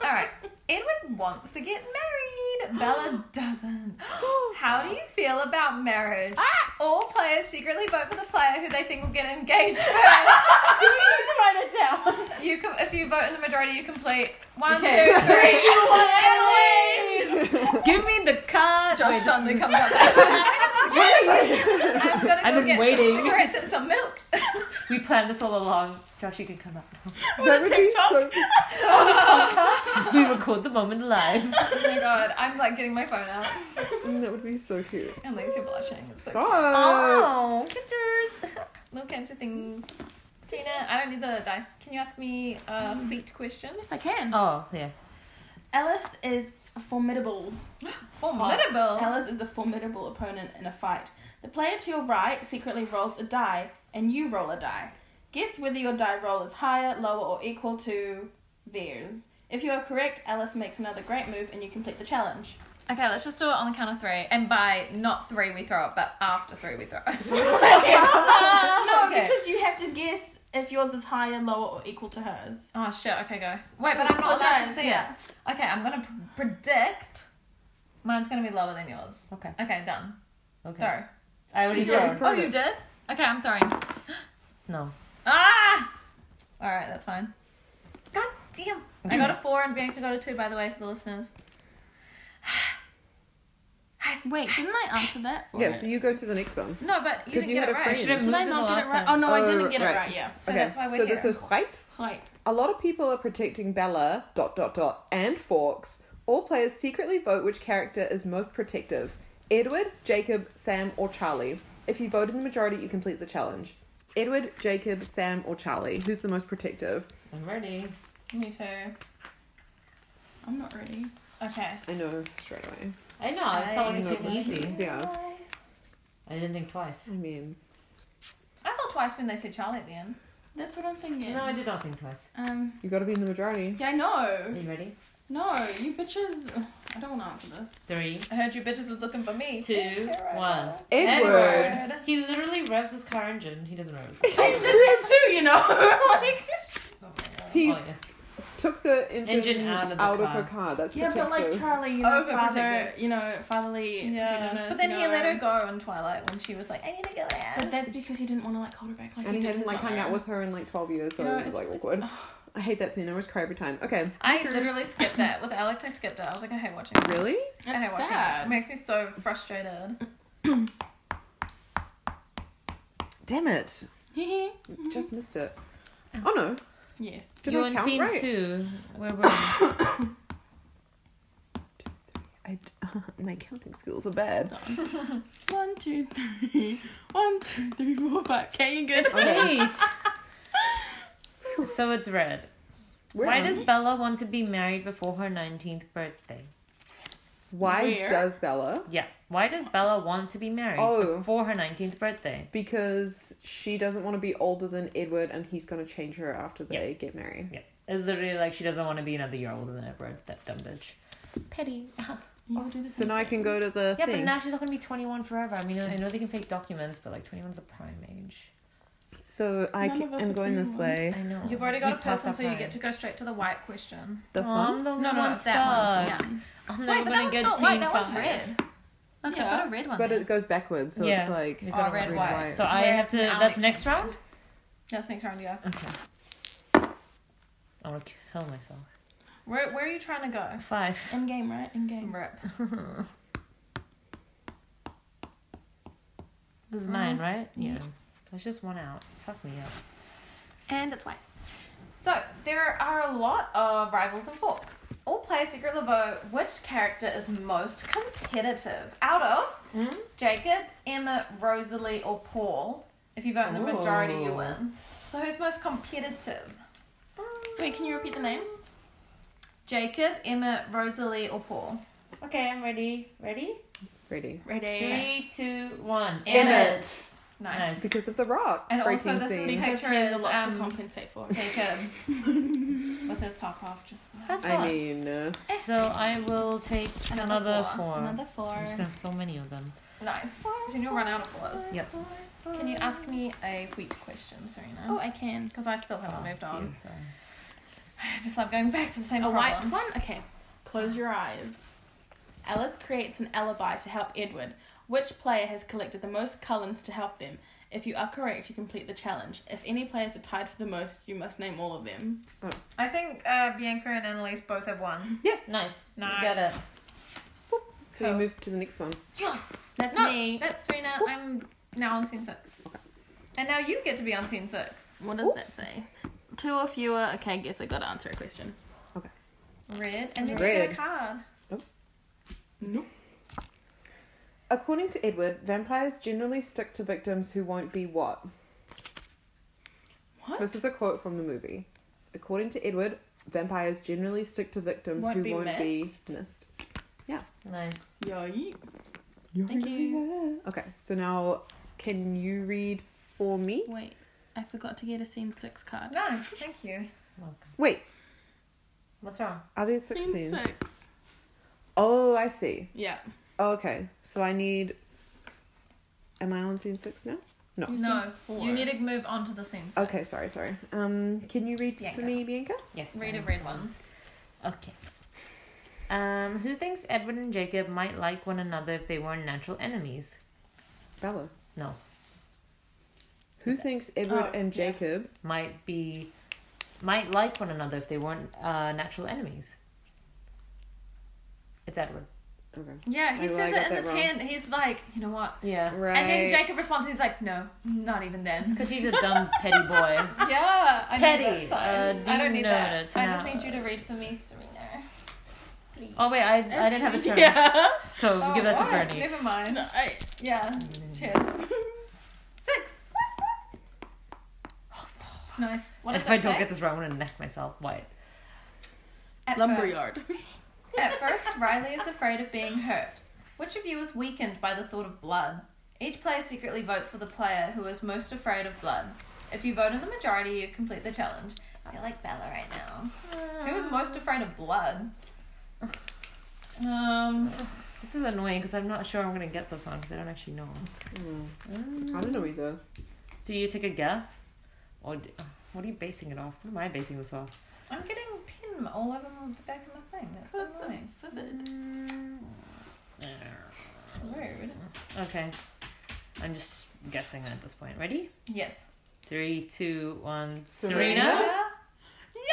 all right. Edward wants to get married. Bella doesn't. How do you feel about marriage? Ah! All players secretly vote for the player who they think will get engaged first. write it down. you com- if you vote in the majority, you complete one, two, three. Okay. Annalise! [LAUGHS] Give me the card. Josh Wait, suddenly comes up. [LAUGHS] I'm gonna I've go been get waiting. some cigarettes and some milk. We planned this all along. Josh, you can come up. [LAUGHS] that would be so. we record the moment live. Oh my god, I'm like getting my phone out. mm, That would be so cute. Unless you're blushing. It's so Stop. Oh, kinters. Little cancer things. Tina, I don't need the dice. Can you ask me uh, a Mm. feet question? Yes, I can. Oh, yeah. Alice is formidable. Oh, Formidable. Alice is a formidable opponent in a fight. The player to your right secretly rolls a die, and you roll a die. Guess whether your die roll is higher, lower, or equal to theirs. If you are correct, Alice makes another great move, and you complete the [LAUGHS] challenge. Okay, let's just do it on the count of three. And by not three we throw it, but after three we throw [LAUGHS] it. [LAUGHS] no, Ah, okay. because you have to guess if yours is higher, lower, or equal to hers. oh shit, okay, go. Wait, but I'm not Close your allowed to eyes, see yeah. it. Okay, I'm gonna pr- predict. Mine's gonna be lower than yours. Okay. Okay, done. Okay. Throw. I already She's already did. thrown. Oh, you did? Okay, I'm throwing. No. Ah! All right, that's fine. God damn! I got a four and Bianca got a two. By the way, for the listeners. [SIGHS] Wait, didn't I answer oh. that? Yeah, so you go to the next one. No, but 'Cause you didn't you get had it a right. friend. Should have Did moved I it the not get it last right? Oh time. no, I Oh, didn't get it right. right. Yeah. So okay. that's why we're so here. this is white. Right. A lot of people are protecting Bella, dot dot dot, and Forks. All players secretly vote which character is most protective Edward, Jacob, Sam, or Charlie. If you vote in the majority, you complete the challenge. Edward, Jacob, Sam, or Charlie? Who's the most protective? I'm ready. Me too. I'm not ready. Okay. I know straight away. I know. I I felt like know it was easy. Yeah, I didn't think twice. I mean, I thought twice when they said Charlie at the end. That's what I'm thinking. No, I did not think twice. Um. you got to be in the majority. Yeah, I know. Are you ready? No, you bitches. Ugh, I don't want to answer [LAUGHS] this. Three. I heard you bitches was looking for me. Two, one. Edward. Edward. He literally revs his car engine. He doesn't rev. His I did [LAUGHS] that too, [LAUGHS] you know. like, He oh, yeah. took the engine, Engine out of the her car. That's yeah, protective. but like Charlie, you know, Overprotective. father, you know, fatherly. Yeah. protectiveness, But then you he let know. her go on Twilight when she was like, I need to go But out. that's because he didn't want to like hold her back. Like and he did hadn't his like hung mother. out with her in like twelve years, so No, it was it's- like [LAUGHS] awkward. I hate that scene. I always cry every time. Okay, I literally skipped that. With Alex, I skipped it. I was like, I hate watching it. really? I hate It's watching it. It sad. makes me so frustrated. Damn it! Mm-hmm. [LAUGHS] Just missed it. Oh no! [LAUGHS] yes. Did You're I on count scene right? two. Where were you? I d- [LAUGHS] my counting skills are [LAUGHS] bad. One, two, three. [LAUGHS] One, two, three, four, five. Okay, you good? [LAUGHS] Okay. Eight. [LAUGHS] so it's red. We're Why on- does Bella want to be married before her 19th birthday? why Where? does Bella? Yeah. Why does Bella want to be married Oh. before her 19th birthday? Because she doesn't want to be older than Edward, and he's gonna change her after they get married. Yeah. It's literally like she doesn't want to be another year older than Edward, that dumb bitch. Petty. [LAUGHS] You do this. So now I can go to the yeah, but thing. now she's not going to be 21 forever. I mean, I know they can fake documents, but like 21's the prime age. so I None ca- of us am are going this doing one. way. I know. You've already got We a passed person, our so you prime. get to go straight to the white question. This Oh, one. I'm the No, one no, I'm it's that one. stuck. Yeah. I'm Wait, but that never gonna one's get not scene white. That five. one's red. No, Yeah. yeah. got a red one. But there. it goes backwards, so Yeah. it's like We've got Oh, a red, red, white. white. So I Where's have to. the Alex That's next one? round. That's next round, yeah. Okay. I want to kill myself. Where, where are you trying to go? Five. In game, right? In game. Rip. This Mm-hmm. is nine, right? Yeah. That's just one out. Fuck me up. And it's white. So there are a lot of rivals and forks. All play Secret Laveau. Which character is most competitive out of Hmm? Jacob, Emma, Rosalie, or Paul? If you vote in the majority, you Ooh. win. So who's most competitive? Wait, can you repeat the names? Jacob, Emma, Rosalie, or Paul? Okay, I'm ready. Ready? Ready. Ready. Three, two, one. Emmett. Nice. Nice. Because of the rock. And also breaking this is scene. because- Because he has a lot Um, to compensate for. [LAUGHS] Jacob. With his top off, just That's all. I mean, uh, so I will take Another another, four. four. Another Eh. four. I'm just gonna have so many of them. nice. So you'll run out of fours. Yep. Can you ask me a wheat question, Serena? Oh, I can. Because I still haven't moved Oh, on. phew, sorry. [SIGHS] I just love going back to the same A white problem. one? Okay. Close your eyes. Alice creates an alibi to help Edward. Which player has collected the most columns to help them? If you are correct, you complete the challenge. If any players are tied for the most, you must name all of them. I think uh, Bianca and Annalise both have one. Nice. Nice. You got it. so we move to the next one. Yes. That's no, me. That's Serena. I'm now on scene six. And now you get to be on scene six. What does that say? Two or fewer. Okay, I guess I gotta answer a question. Red. And then you get a Red. card. Nope. According to Edward, vampires generally stick to victims who won't be what? What? This is a quote from the movie. According to Edward, vampires generally stick to victims Won't who be won't missed. be missed. Nice. Yo, yeet. Thank you. Okay, so now can you read for me? Wait, I forgot to get a scene six card. Nice. Thank you. Welcome. Wait, What's wrong? are there six Scene scenes? six. Oh, I see. Oh, Yeah. Okay, so I need. Am I on scene six now? No. You've No, seen four. you need to move on to the scene six. Okay, sorry, sorry. Um, can you read Bianca. for me, Bianca? Yes. Read I a red know. one. Okay. Um, who thinks Edward and Jacob might like one another if they weren't natural enemies? Bella. No. Who thinks Edward Oh, and yeah. Jacob? Might be might like one another if they weren't uh, natural enemies. It's Edward. Okay. Yeah, he Oh, I says got it in that the wrong. tent. He's like, you know what? Yeah. Right. And then Jacob responds. He's like, no, not even then. Because he's a dumb petty boy. [LAUGHS] Yeah, I Petty. Need that Uh, sign. do I don't you need know that. that I just now? need you to read for me, Serena. Please. Oh wait, I I didn't have [LAUGHS] a turn. Yeah. So Oh, give that to right. Bernie. Never mind. No, I- Yeah. Cheers. Six. Nice. What does if that I don't say? get this right, I'm gonna neck myself. White. At Lumberyard. First, at first, Riley is afraid of being hurt. Which of you is weakened by the thought of blood? Each player secretly votes for the player who is most afraid of blood. If you vote in the majority, you complete the challenge. I feel like Bella right now. Who is most afraid of blood? Um, This is annoying because I'm not sure I'm gonna get this one because I don't actually know. I don't know either. Do you take a guess? Or d what are you basing it off? What am I basing this off? I'm getting pin all over the back of my thing. That's so That's annoying. vivid. Mm. Rude. Okay. I'm just guessing at this point. Ready? Yes. Three, two, one. Serena? Serena? [LAUGHS]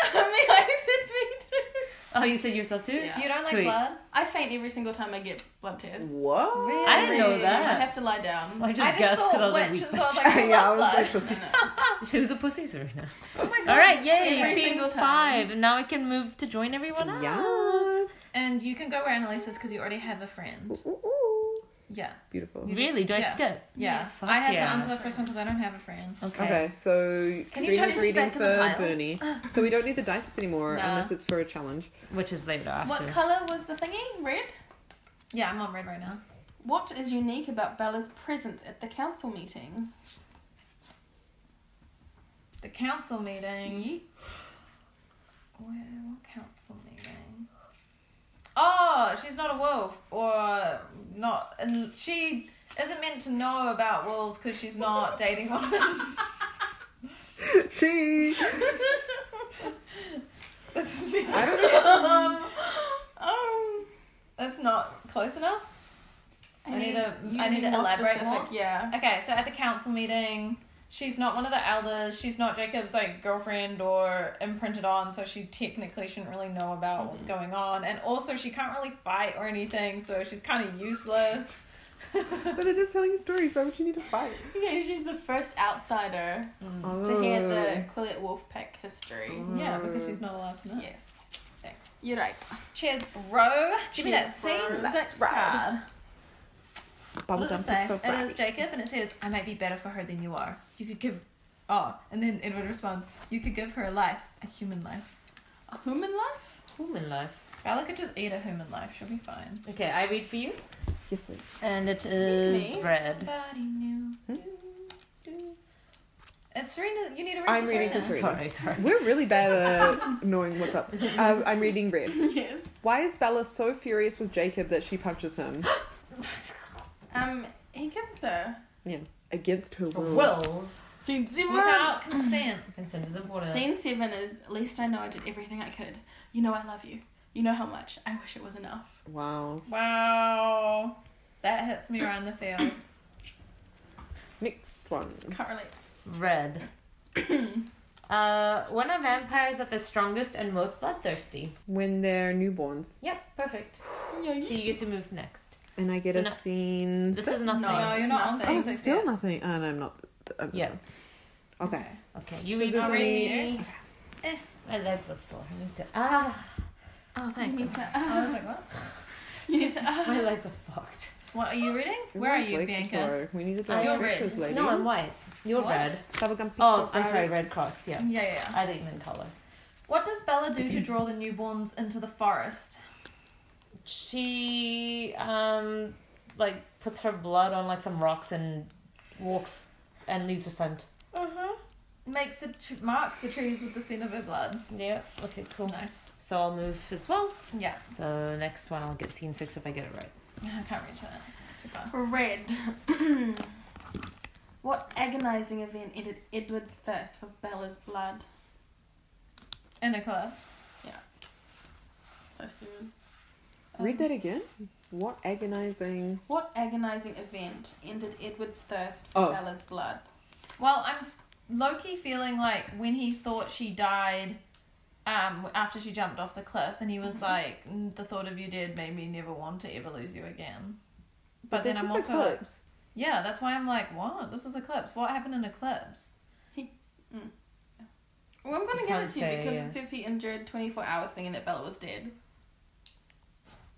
Yeah, me, I said me too. Oh, you said yourself too? Yeah. You don't like Sweet. blood? I faint every single time I get blood tests. What? I didn't know Every- I that. have to lie down. I I just just guessed thought because I was witch, like, and so I was like, I yeah, I love was like, blood. this is- [LAUGHS] she was a pussy, Serena. Oh my God. All right, yay! Every season single time. five, and now I can move to join everyone else. yes. And you can go where Annalise is because you already have a friend. Ooh, ooh, ooh. Yeah. Beautiful. You Really? just- Do I yeah. skip? Yeah. Fuck I had to yeah. answer the first one because I don't have a friend. Okay. Okay, so Can you Serena's change this reading back in for the pile? Bernie. [LAUGHS] So we don't need the dice anymore Nah. unless it's for a challenge. [LAUGHS] Which is later after. What colour was the thingy? Red? Yeah, I'm on red right now. What is unique about Bella's presence at the council meeting? The council meeting. Where, what council meeting? Oh, she's not a wolf, or not. And she isn't meant to know about wolves because she's [LAUGHS] not dating one. She. this is me. I don't know. Um, um, That's not close enough. I need to- you I need to more elaborate specific, more. Yeah. Okay, so at the council meeting, she's not one of the elders. She's not Jacob's like girlfriend or imprinted on, so she technically shouldn't really know about what's Mm-hmm. going on. And also, she can't really fight or anything, so she's kind of useless. But they're just telling you stories. Why would you need to fight? Okay, she's the first outsider to hear the Quillette Wolfpack history. Yeah, because she's not allowed to know. Yes. Thanks. You're right. Cheers, bro. Give me that Cheers, scene bro. six Let's ride. card. Oh, What does Bubblegum it say? for It is Friday. Jacob, and it says, "I might be better for her than you are. You could give." Oh, and then Edward responds, "You could give her a life, a human life. A human life? Human life. Bella could just eat a human life. She'll be fine." Okay, I read for you. Yes, please. And it me? is red. Somebody new. Hmm? It's Serena. You need to read. I'm reading Serena. for Serena. Sorry, sorry. We're really bad [LAUGHS] at knowing what's up. Um, I'm reading red. [LAUGHS] yes. Why is Bella so furious with Jacob that she punches him [GASPS] Um, he kisses her. against her will? Well, Scene Without consent. consent is important. Scene seven is at least I know I did everything I could. You know I love you. You know how much. I wish it was enough. Wow. Wow. That hits me around the feels. Next one. Can't relate. Red. [COUGHS] uh, when are vampires at their strongest and most bloodthirsty? When they're newborns, Yep, perfect. So you get to move next. and I get So a no- scene. This is No, nothing. No, you're not on nothing. Oh, stage it's like still that. nothing. And I'm not. I'm just- Yeah. Okay. Okay, you So read there's for only- me. Eh, my legs are sore. I need to. Ah, Oh, thanks. You need to. I [LAUGHS] was like, what? you need to. [LAUGHS] my legs are fucked. What are you reading? Where are Everyone's you, legs Bianca? sore. We need to Uh, draw you're red. pictures, ladies. No, I'm white. You're What? red. Bubblegum Oh, people I'm sorry, fried. red cross. Yeah, Yeah, yeah. yeah. I think in color. What does Bella do to draw the newborns into the forest? she um like puts her blood on like some rocks and walks and leaves her scent. Uh huh. Makes the tr- marks the trees with the scent of her blood. Yeah. Okay. Cool. Nice. So I'll move as well. Yeah. So next one, I'll get scene six if I get it right. I can't reach that. It's too far. [LAUGHS] Red. [CLEARS THROAT] what agonizing event ended Edward's thirst for Bella's blood? In a club. So stupid. Read that again. What agonizing. What agonizing event ended Edward's thirst for Oh. Bella's blood? Well, I'm Loki feeling like when he thought she died um, after she jumped off the cliff, and he was Mm-hmm. like, "Mm, "The thought of you dead made me never want to ever lose you again." But, then this is I'm also like, Eclipse. yeah, that's why I'm like, "What? This is eclipse. What happened in eclipse?" Well, I'm gonna You give it can't to you say, because yeah. it says he endured 24 hours thinking that Bella was dead.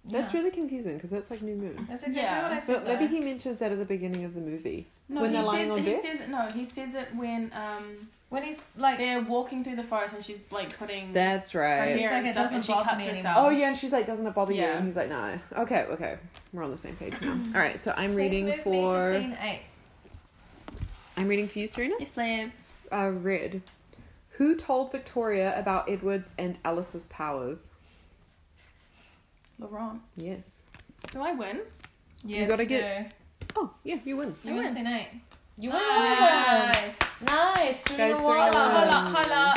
That's Yeah. really confusing because that's like new moon. That's exactly Yeah. what I So said. maybe though. he mentions that at the beginning of the movie. No, When he they're lying says, on he bed? says it. No, he says it when um when he's like, they're walking through the forest and she's like putting That's her right. hair It's like and it stuff and doesn't she bother cuts me herself. anymore. Oh yeah, and she's like, doesn't it bother you? Yeah. And he's like, no. Okay, okay, we're on the same page now. All right, so I'm please reading move me to for scene eight. I'm reading for you, Serena. Yes, please. Uh, Red. Who told Victoria about Edward's and Alice's powers? Laurent. Yes. Do I win? Yes, gotta do. get- Oh yeah, you win. You win win. scene eight. You went over. Nice. Nice. Guys, Holla, Um, holla, [LAUGHS] holla.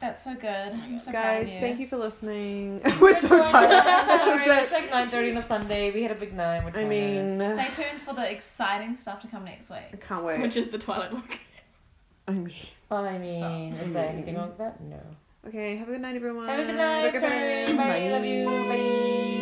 That's so good. I'm so proud Guys, of you. thank you for listening. We're so [LAUGHS] tired. That's just Sorry, it. it's like 9.30 on a Sunday. We had a big night. We're I tired. mean, I Stay tuned for the exciting stuff to come next week. can't wait. Which is the Twilight Walk. I mean, Well, I mean, Stop. is there anything wrong with that? No. okay. Have a good night, everyone. Have a good night. Look at Bye. it. Bye. Love you. Bye.